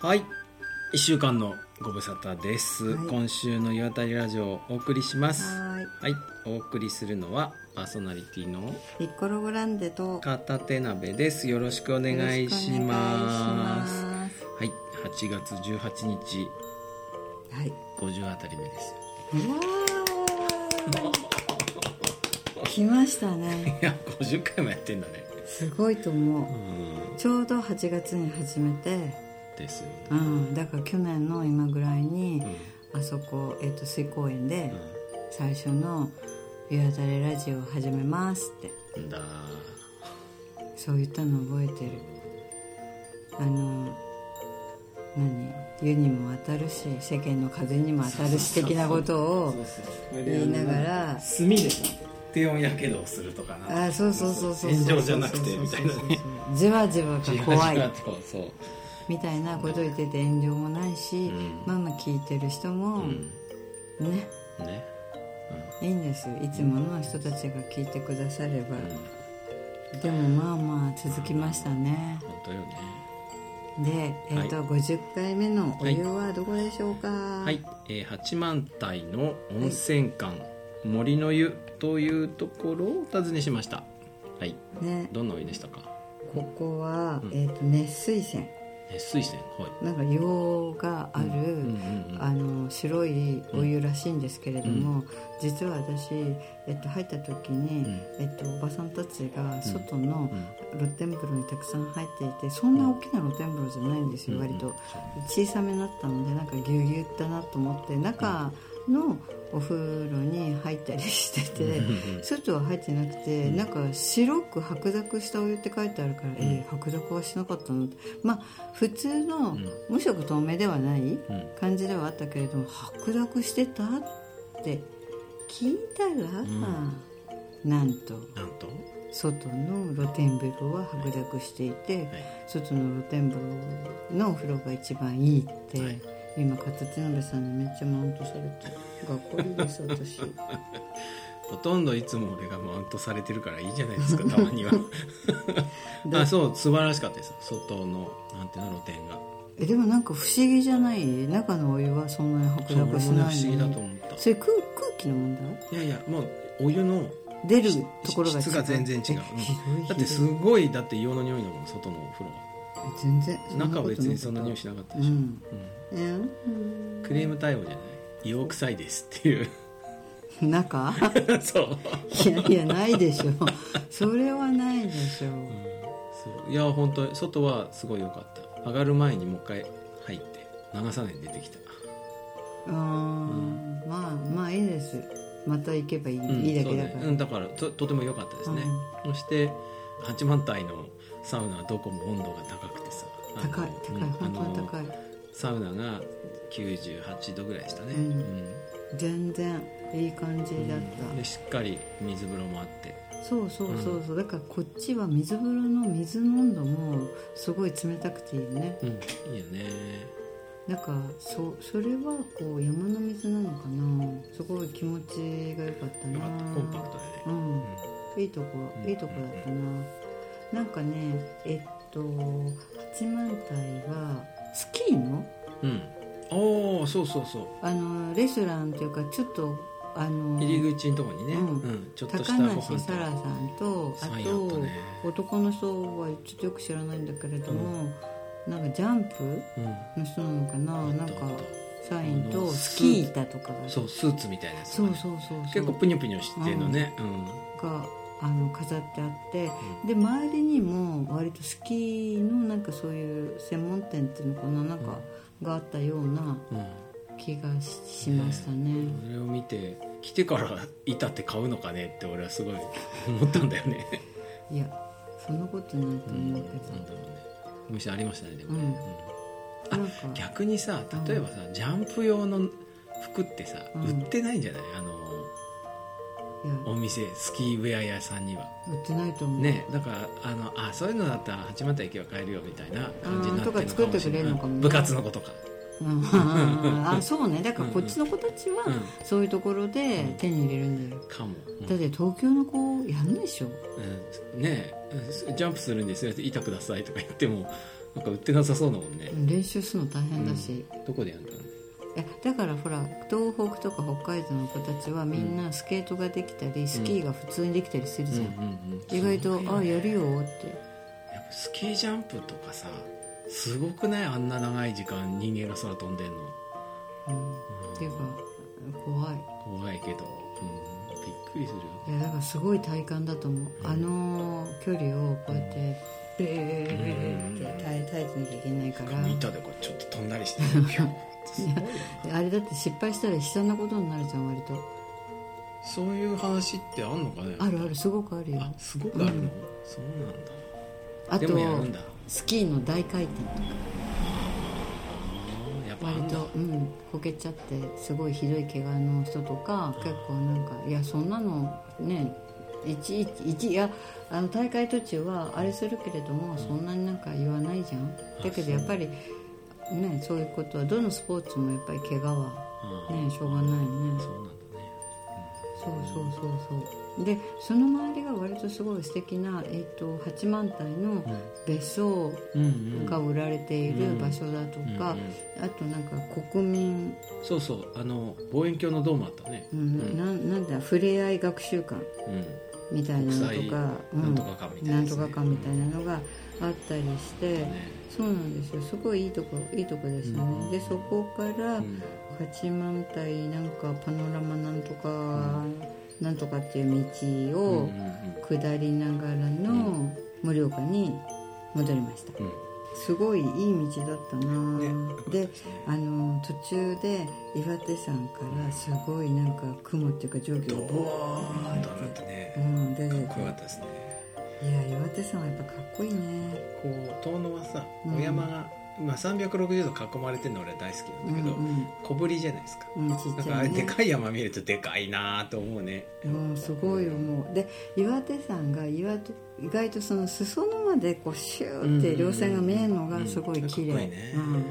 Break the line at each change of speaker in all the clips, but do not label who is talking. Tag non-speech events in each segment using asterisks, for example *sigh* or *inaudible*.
はい1週間のご無沙汰です、
はい
今週の「岩谷ラジオ」をお送りします
はーい。
はいお送りするのはパーソナリティの
ピッコログランデと。
片手鍋ですよろしくお願いします
よろしく
はい8月18日
お願いします。はい。
50あたり目です
うわー。来ましたね。
いや50回もやってんだね
すごいと思
う
う。
ん
ちょうど8月に始めて、
ですよね
うん、だから去年の今ぐらいに
うん、
あそこ、えっ、と、水公園で
うん
最初の湯あたれラジオを始めますって、
んだ
そう言ったの覚えてる。あの、何湯にも当たるし、世間の風にも当たるし的なことを言いながら
炭で低温やけどをするとかな
あそうそうそうそう
炎上じゃなくてみたいなね
じわじわが怖
じわ
い
じわとそう
みたいなこと言ってて炎上もないし、
うん
ママ聞いてる人
う
も、
ん
ね
ね
いいんですいつもの人たちが聞いてくだされば、
うん
でもまあまあ続きましたね
本当よね
で、えーと50回目のお湯はどこでしょうかは
はい、えー、八幡平の温泉館、森の湯というところをお訪ねしましたはい
ね、
どんなお湯でしたか
ここは、
うん
えー、と熱水泉
熱水泉は
なんか硫黄がある、
いうんうんうん
あの白いお湯らしいんですけれども、実は私、えっと、入った時に、
うん
えっと、おばさんたちが外の
うん
露天風呂にたくさん入っていてそんな大きな露天風呂じゃないんですよ、
うん
割と小さめだったのでなんかぎゅうぎゅうだなと思って中のお風呂に入ったりしてて。
うん
外は入ってなくて、
うん
なんか白く白濁したお湯って書いてあるから、えー白濁はしなかったのってまあ普通の
ん
無色透明ではない、
うん
感じではあったけれども白濁してたって聞いたら、なんと
なんと
外の露天風呂は白濁していて、
はい
外の露天風呂のお風呂が一番いいって、
はい
今片手鍋さんにめっちゃマウントされてがっこいいです
*laughs*
私
ほとんどいつも俺がマウントされてるからいいじゃないですかたま
*laughs*
にはあそう素晴らしかったです外のなんていうの露天が
えでもなんか不思議じゃない中のお湯はそんなに白
そう
濁
俺
し
もね不
な
思
い
議だ
の
と
に
思った
それ空空気の問題
いやいやもうお湯の
出るところが違う
質が全然違う、うん
えひどいひどい
だってすごいだって硫黄の匂いのもん外のお風呂は
え全然そんなこと
中は別にそんな匂いしなかったでしょ、
うん
う
うん
んクレーム対応じゃない硫黄臭いですっていう *laughs*
中
そう
いやいやないでしょそれはないでしょ
そういや本当に外はすごい良かった上がる前にもう一回入って流さないで出てきた
うーんまあまあいいですまた行けばいい,、
うん
いいだけだか
そう
ら、
ねうん、だからととても良かったですね、そして八幡平のサウナはどこも温度が高くてさあの
高い高い、
うん
本当に
あ
高い
のサウナが98度ぐらいでしたね、
うん全然いい感じだっ
うんでしっかり水風呂もあって
た、そうそうそうそうだからこっちは水風呂の水の温度もすごい冷たくていいね
うんいいよね
なんかそそれはこう山の水なのかなすごい気持ちが良かった
よ
な
かったコンパクトでね、
うん
うん
いいとこ
うん
いいとこだったな、なんかねえっと八幡平はスキーの
うん、おおそうそうそ
あのレストランというかちょっとあ
う
の
入り口のとこにね、う
うんん
ちょっとした
高
ご飯
梨沙羅さんとあ
サインあった
と
ね
男の人はちょっとよく知らないんだけれども、なんかジャンプ
うん
の人なのかな
あ
な
っ
ん
た
か
あっ
サイン
あの
とスキー板とかが
たそうスーツみたいなやつと
そ
か
う
ね、
そうそうそう
結構ぷにょぷにょしてんのねうん
があの飾ってあってで周りにも割とスキーのなんかそういう専門店っていうのかななんかがあったような
うん、
気がししましたね
それを見て来てから板って買うのかねって俺はすごい *laughs* 思ったんだよね
いやそんなことないと
うんな
思う
だ
んけ
ろうねお店ありましたねでもね、
うん
あ
どなんか
逆にさ例えばさ、ジャンプ用の服ってさ、
うん
売ってないんじゃないあの
いや
お店スキーウェア屋さんには
売ってないと思う
ねだからあのあそういうのだったら八幡平行けば買えるよみたいな感じになってるのかもしれない
あーとか作ってくれるのかもね
部活の子とか、
うん *laughs* あそうねだからこっちの子たちは
うん、
そういうところで手に入れるんだよ
かも、うん
だって東京の子やんないでしょ
うんねえジャンプするんですよ板くださいとか言っても、なんか売ってなさそうだもんね、
練習するの大変だし、
うんどこでやるんだろうね
えだからほら東北とか北海道の子たちはみんなスケートができたり、スキーが普通にできたりするじゃん、意外と「ああやるよ」って
やっぱスキージャンプとかさすごくないあんな長い時間人間が空飛んでんの
っていうか怖い
怖いけど、うん、びっくりするよ
いやだからすごい体感だと思う、あの距離をこうやってベーって耐え耐えてなきゃいけないから、
ね板でこうちょっと飛んだりしてるピョ
*laughs*
ンってすごいよね
であれだって失敗したら悲惨なことになるじゃん割と
そういう話ってあんのかね
あるあるすごくあるよ
あすごくあるの、そうなんだ
あ
で
と
もやるんだ
スキーの大回転とか
あーやっぱあ
割
んだ
とうんこけちゃってすごいひどい怪我の人とか結構なんかいやそんなのねいちいちいちいやあの大会途中はあれするけれどもそんなになんか言わないじゃんだけどやっぱりねそういうことはどのスポーツもやっぱり怪我は
あ
ねしょうがないよね
ーそうなんだね
そうそうそうそうでその周りが割とすごい素敵なえっ、と八幡平の別荘
うんうん
が売られている場所だとか、
うん
あとなんか国民、
そうそうあの望遠鏡のドームあったね
うんなんなんだふれあい学習館
うん
みたいなのと
国際
か、う
なんとか館みたいな
な
や
ん
つね
とか館みたいなのがあったりして、
ね
そうなんですよすごいいいとこいいとこですよね、でそこから
ん
八幡平なんかパノラマなんとか、なんとかっていう道
うんう
を
ん
下りながらの盛岡に戻りました、
うん
すごいいい道だったな、
ね
であの途中で岩手山からすごいなんか雲っていうか蒸気
ド
がボ
ーンとなって
ー
ね
ン出て
かっこよかったですね
いや岩手山はやっぱかっこいいね
こう遠野はさ
うん
お山が、まあ、360度囲まれてるの俺は大好きなんだけど、
うん
小ぶりじゃないですか
うん、うん、
な
ちっ
ん
ち
かあ
ゃ
れ
い
で
ね
かい山見るとでかいなーと思うね
うんすごいよもうで岩手山が岩手意外とその裾野までこうシューって稜線が見えるのがすごい綺麗、
うんかっこいいね、
うん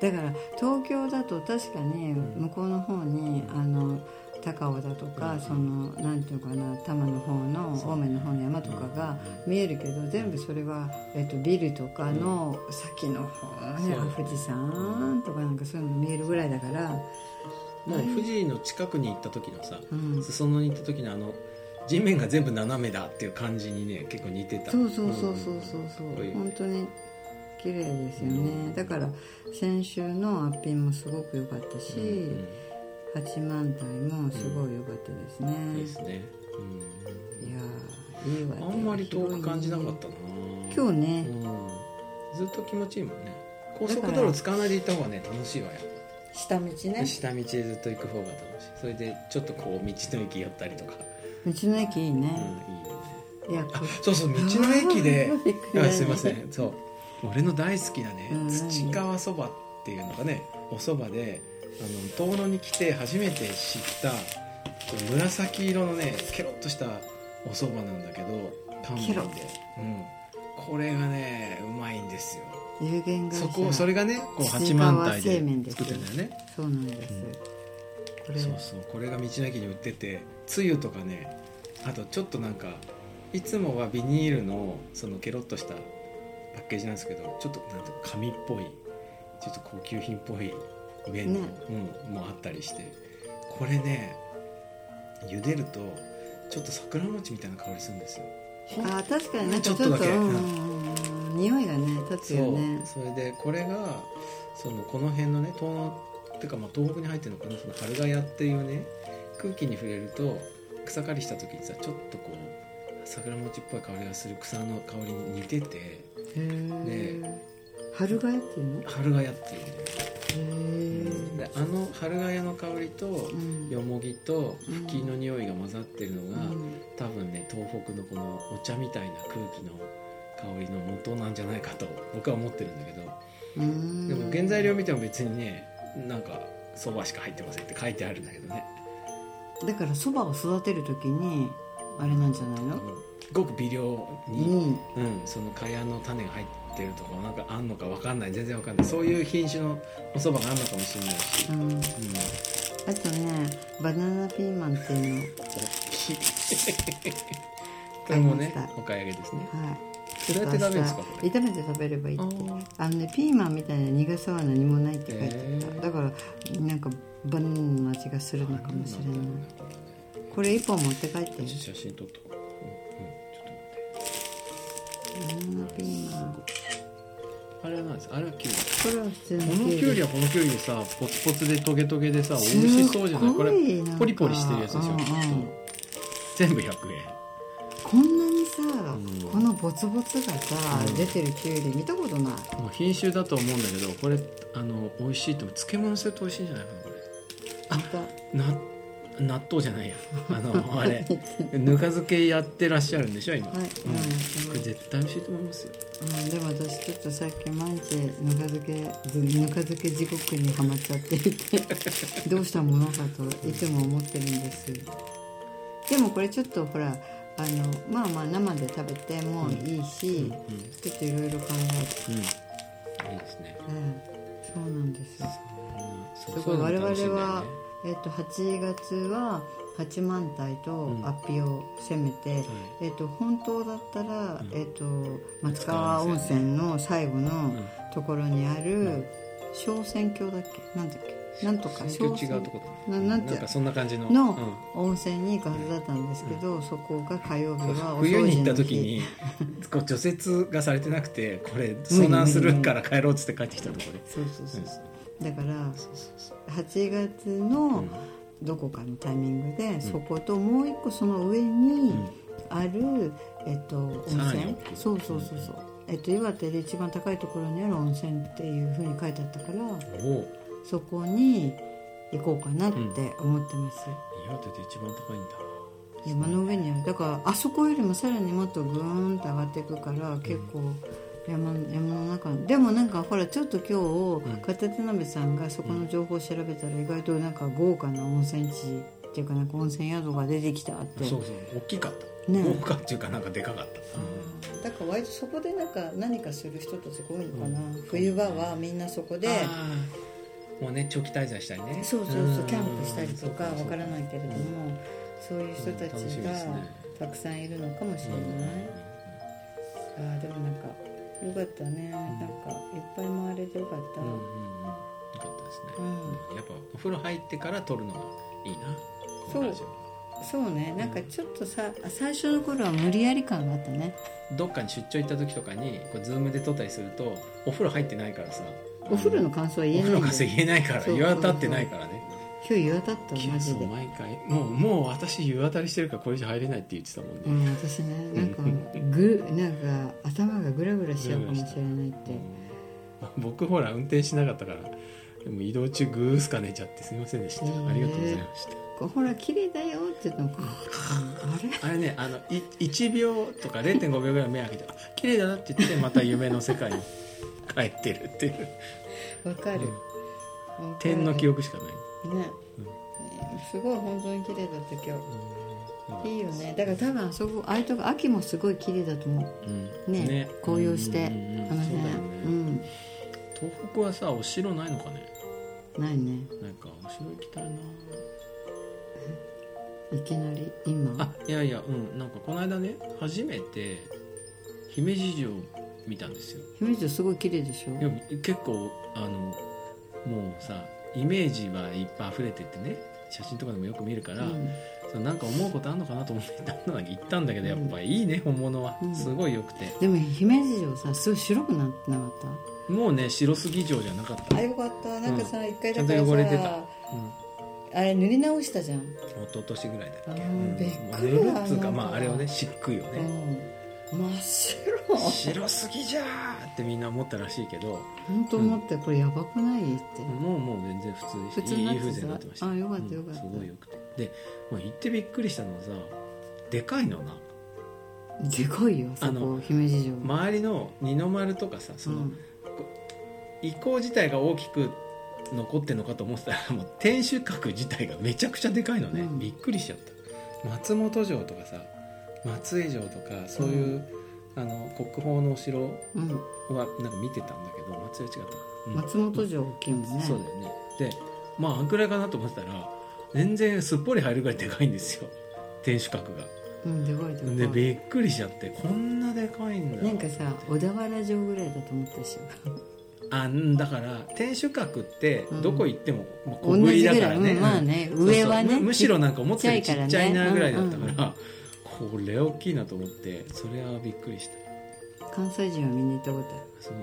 だから東京だと確かに向こうの方にあの高尾だとかそのなんていうのかな多摩の方の青梅の方の山とかが見えるけど全部それは、えっと、ビルとかの先の方ね
そう
富士山とかなんかそういうの見えるぐらいだから、
もう富士の近くに行った時のさ、
うん、
裾野に行った時のあの地面が全部斜めだっていう感じにね結構似てた
そうそうそうそうそうそう、
うん
本当に綺麗ですよねだから先週のアッピンもすごく良かったし、
うん
八幡平もすごい良かったです
う
ね、
んですね、う
いやーいいわ
ん、あんまり遠く感じなかったな
今日
う
ね、
ん、ずっと気持ちいいもんね高速道路使わないで行った方がね楽しいわよ
下道ね
下道でずっと行く方が楽しいそれでちょっとこう道の駅寄ったりとか、
道の駅いい
うん、
ね、
いいよね
いやこ
あそうそう道の駅
*laughs*
で
びっくりだ
あ
ね
すいませんそう俺の大好きなね
うん
土川そばっていうのがねおそばであの遠野に来て初めて知ったこう紫色のねケロッとしたおそばなんだけど乾
ケ
麺で
ロッ、
うん、これがねうまいんですよ
有限会社
そこそれがねこう八
土川
幡平
製麺
で
です
作ってるんだよね
そうなんです、
うん
これ
そうそうこれが道の駅に売っててつゆとかねあとちょっとなんかいつもはビニールのそのケロッとしたパッケージなんですけどちょっとなんていうか紙っぽいちょっと高級品っぽい麺の、
ね
うん、もあったりしてこれね茹でるとちょっと桜餅みたいな香りするんですよほん
あー確かになんかち
ち
ょ
ょ
っ
っ
と
とだけ
うんうんうん匂いがね立つよね
そうそれでこれがそのこの辺のね東ってかまあ東北に入ってるのかなその春ヶ谷っていうね空気に触れると草刈りした時にさちょっとこう桜餅っぽい香りがする草の香りに似てて
へえ、春がやっていうのへ
春ヶ谷っていうね、
え
であの春ヶ谷の香りと
うん
よもぎとふきの匂いが混ざってるのが、
うん
多分ね東北のこのお茶みたいな空気の香りの元なんじゃないかと僕は思ってるんだけど
うん
でも原材料見ても別にねなんかそばしか入ってませんって書いてあるんだけどね
だからそばを育てる時にあれなんじゃないの
ごく微量に、
に
うん、そのかやの種が入ってるとかなんかあんのかわかんない全然わかんないそういう品種のおそばがあんのかもしれないし、
うん
うん、
あとねバナナピーマンっていうの
大きいこれもね
買いまし
お買い上げですね
はいちょっ
ど
と
うやって食べるんですかこれ
炒めて食べればいいって
あ
あのねピーマンみたいな苦さは何もないって書いてあった、
へえ
だからなんかバナナの味がするのかもしれないこれ一本持って帰っ
ち
て
ょっと写真撮っとこう、うんうん、ちょっと待って
バナナピーマン
あれはなんですあれはキュウ
これは普通の
リこのキュウリはこのキュウリでさポツポツでトゲトゲでさ美味しそうじゃない
すっ
こ
ご
れ
いなんか
ポリポリしてるやつでしょ、
うんうん
きっと全部100円
こんなにさ、
ん
このボツボツがさ、
うん
出てるキュウリ見たことない
もう品種だと思うんだけどこれあの美味しいと思う漬物にすると美味しいんじゃないかなこ
また
れな納豆じゃないやあ
*laughs*
のあれぬか漬けやってらっしゃるんでしょ今、
はい、
う
うんん
これ絶対美味しいと思いますよ
うんでも私ちょっとさっき毎日ぬか漬けずぬか漬け地獄にはまっちゃっていてどうしたものかといつも思ってるんですでもこれちょっとほらあのまあまあ生で食べてもいいし、
うんうん
ちょっといろいろ考
うんいいですね
えて、うんそうなんですよ
そ
だから我々
楽しいんだよ
は
ね、
えっと8月は八幡平と
うん
アッピを攻めて、えっと本当だったら、
ん
えっと松川温泉の最後の
ん
ところにあ
うん
る小仙峡だっけなんだっけなんとか
選挙違うとこ
ななんて
なんかそんな感じの
の
うん
温泉に行くはずだったんですけど、そこが火曜日はお掃除
冬
の日
に行った時にこう除雪がされてなくてこれ遭難するから帰ろうっつって帰ってきたところで
そうそうそうそう、だから
そうそうそう
8月
う
の
ん
どこかのタイミングで、そこともう一個その上に、ある、えっと、温
さらに
泉
大きい
そうそうそうそう、えっと、岩手で一番高いところにある温泉っていうふうに書いてあったから
うんおお
そこに行こうかなって思ってます、
岩手で一番高いんだ
山の上にあるだからあそこよりもさらにもっとグーンと上がっていくから結構山,、山の中でもなんかほらちょっと今
うん
日片手鍋さんがそこの情報を調べたら意外となんか豪華な温泉地っていうかなんか温泉宿が出てきたって
そうそう大きかった
ね
豪華っていうかなんかでかかった
だから割とそこでなんか何かする人たちが多いのかな、冬場はみんなそこで
あーもうね長期滞在したりね
そうそうそうキャンプしたりとか
うん
わからないけれどもそういう人
う
たち
ん楽しみ
が
ですね
たくさんいるのかもしれない、あーでもなんかよかったねなんかいっぱい回れてよかった、
うんうんうんうんよかったですね
う
やっぱお風呂入ってから撮るのがいいなこのラジオ
そうねなんかちょっとさ最初の頃は無理やり感があったね
どっかに出張行った時とかにこうズームで撮ったりするとお風呂入ってないからさ
お風呂の感想は
お
言え
風
な
呂
いん
か
だよ
せ
今
言えないから
そう
湯あたってないからね
日湯当たったマジ
そう
で
毎回もうもう私湯あたりしてるからこれ以上入れないって言ってたもん
う
ね、
ん、私ねなんかぐなんか頭がグラグラしちゃうかもしれないって
うん僕ほら運転しなかったからでも移動中グースか寝ちゃってすみませんでした、
いいね
ありがとうございまし
こうほら綺麗だよって言ってもこうあれ
たあれねあのい1秒とか0.5秒ぐらい目開けてあ綺麗だなって言ってまた夢の世界
*laughs*
に帰ってるっていう
わかる
うん
わかる
点の記憶しかない、
ね
うん
すごい本当に綺麗だった今
うん
日いいよねだから多分あそこああいうとこ秋もすごい綺麗だと思うね紅葉して、
うんうんうん
あの辺
そうだよ
う
ね
ん
東北はさお城ないのかね
ないね
なんかお城行きたいない
きなり今
あいやいやうんなんかこの間ね初めて姫路城見たんですよ
姫路城すごい綺麗でしょ
でも結構あのもうさイメージはいっぱい溢れててね写真とかでもよく見るから、
うん
そのなんか思うことあんのかなと思って行ったんだけどやっぱいいね本物は
うん
すごい良くて、
でも姫路城さすごい白くなってなかった
もうね白杉城じゃなかった、
あよかったなんかさ一、回
ちゃ
だ
んと汚
からさ
れてたうん
あれ塗り直したじゃん、
一昨年ぐらいだっけ、
あー
うん
びっ
もう
くり
寝るっつう
あ
か
の
まああれをね漆喰をね、
うん真っ白
白すぎじゃーってみんな思ったらしいけど
本当思ってこれやばくないって、
もうもう全然普通
普
でし
通
たい
に
い
なっ
い
て
い
た
風情になってました
あよかったよかった
うんすごいよくてで、まあ、行ってびっくりしたのはさでかいのな
でかいよそ
あ
こ
の
姫路城、
周りの二の丸とかさ
う
その
ん、
遺構自体が大きく残ってんのかと思ってたらもう天守閣自体がめちゃくちゃでかいのね、
うん
びっくりしちゃった松本城とかさ松江城とかそういう、あの国宝のお城
うん、
はなんか見てたんだけど松江違ったかな、うん
松本城大きいもんね
そうだよねでまああんくらいかなと思ってたら全然すっぽり入るぐらいでかいんですよ天守閣が
うんでかいと
で
こ
びっくりしちゃってこんなでかいんだ
なんかさ小田原城ぐらいだと思ったでしょ
あんだから天守閣って
うん
どこ行っても、まあ
同
小ぶり
じ
だ
ぐ
からら
い、
ね、
うん、まあね
うん
上はね
そうそうむむしろなんか思ってたより
ち
ち
っちゃいから
っ
ね
ちゃいなぐらいだったから
うんうん
これ大きいなと思ってそれはびっくりした
関西人はみんな行ったことある
そう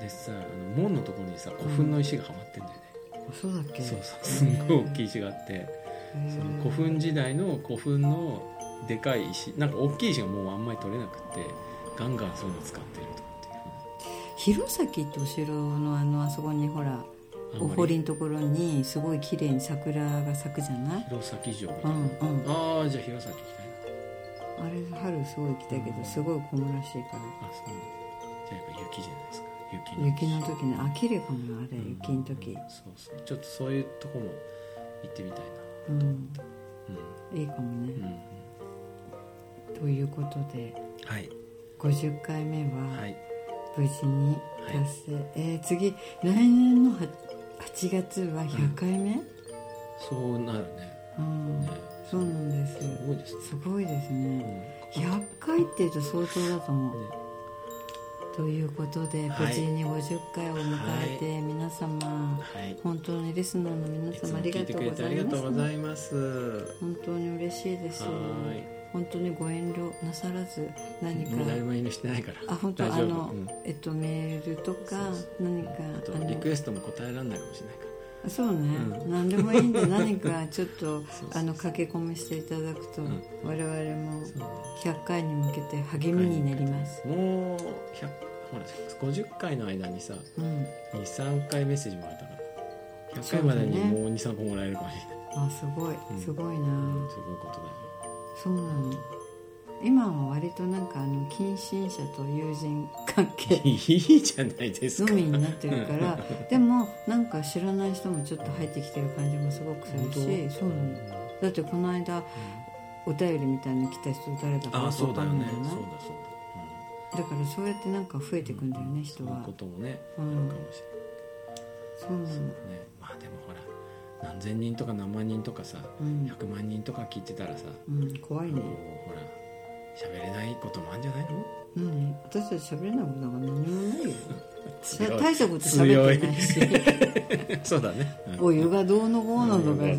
でさあの門のところにさ古墳の石がはまってんだよね、
あそうだっけ
そうそうすんごい大きい石があって
へー
その古墳時代の古墳のでかい石なんか大きい石がもうあんまり取れなくてガンガンそういうの使ってるとか
弘前ってお城のあのあそこにほら
っていう
お堀
あん
のところにすごい綺麗に桜が咲くじゃない
まり弘前城みた
う
い
ん
な、
う
あ
ん
あじゃあ弘前行きたいな
あれ春すごい来たけどすごい小むらしいから
あそうなんだじゃあやっぱ雪じゃないですか雪の
雪の時ねあきれかもなあれ雪の時
うんそうそうちょっとそういうとこも行ってみたいな
うん
う
いいかも
ん、う
ね
ん、
ということで
はい
50回目
は
はい無事に達成、えー次来年のは8月は100回目
そうなるね
うん、
ね
そうなんです
すごいですね
すごいです
う
ね
ん
100回っていうと相当だと思う
ね
ということで無
はい
事に50回を迎えて、皆様
はい
本当にリスナーの皆
いつ
様
も
ありが
聞いて
と
く
う
れ
ご
てあ
ざい
りが
ま
と
す
うございます
本当に嬉しいです
はい
本当にご遠慮なさらず何か
もう誰も遠慮してないから
あ本当
大
あ
丈夫
の、
うん
えっとメールとか
そうそ
何か
あと
あの
リクエストも答えられないかもしれないか
そうね、
うん
何でもいいんで何かちょっと
*laughs* そうそう
あの駆け込みしていただくと、
うん
我々も
ら
100回に向けて励みになります、
もう100ほら50回の間にさ
うん
23回メッセージもらったから100
そう
回
だ
ま
ね
でにもう23個もらえるかもしれない、
あすごい
うん
すごいな、
すごいことだよ
そうなの今は割となんかあの近親者と友人関係
*laughs* いいじゃないです
の
か
みになってるからでもなんか知らない人もちょっと入ってきてる感じもすごくするしそうなのだってこの間お便りみたいに来た人誰だか
ああそう
分
だ
か
よ
んな
ね
いじゃ
そうだ
な
そうだ、
い
うん
だからそうやってなんか増えていくんだよね人
そういう
は
こともね
う
ある
ん
かもし
そうなの
れないねまあでもほら何千人とか何万人とかさ
うん、
100万人とか聞いてたらさ
うん、怖い
もう
ね
ほら喋れないこともあるんじゃない
*laughs*
の
何私たち喋れないことなんか何も
*laughs*
ないよ
強い
大したこと喋ってないし
そうだね
お湯がどうのこうのとか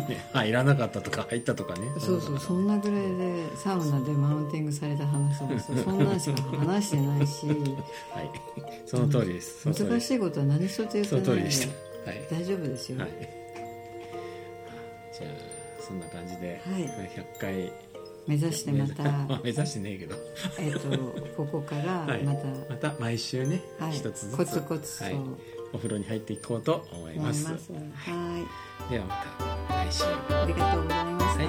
*laughs* さ入らなかったとか入ったとかね
そうそうそんなぐらいでサウナでマウンティングされた話もさそんなんしか話してないし
はいその通りですその通り
難しいことは何一つ言って
その
な
通
い
りで
ので
したはい
大丈夫ですよ、
はい、じゃあそんな感じで、
はい
100回
目指してまた
まあ目指してねえけど
えっとここから
はい
また、
また毎週ね、
はい
一つずつ
コツコツと
はい
思
お風呂に入っていこうと思い
い
ま
ますす、はい
ではまた来週
ありがとうございました、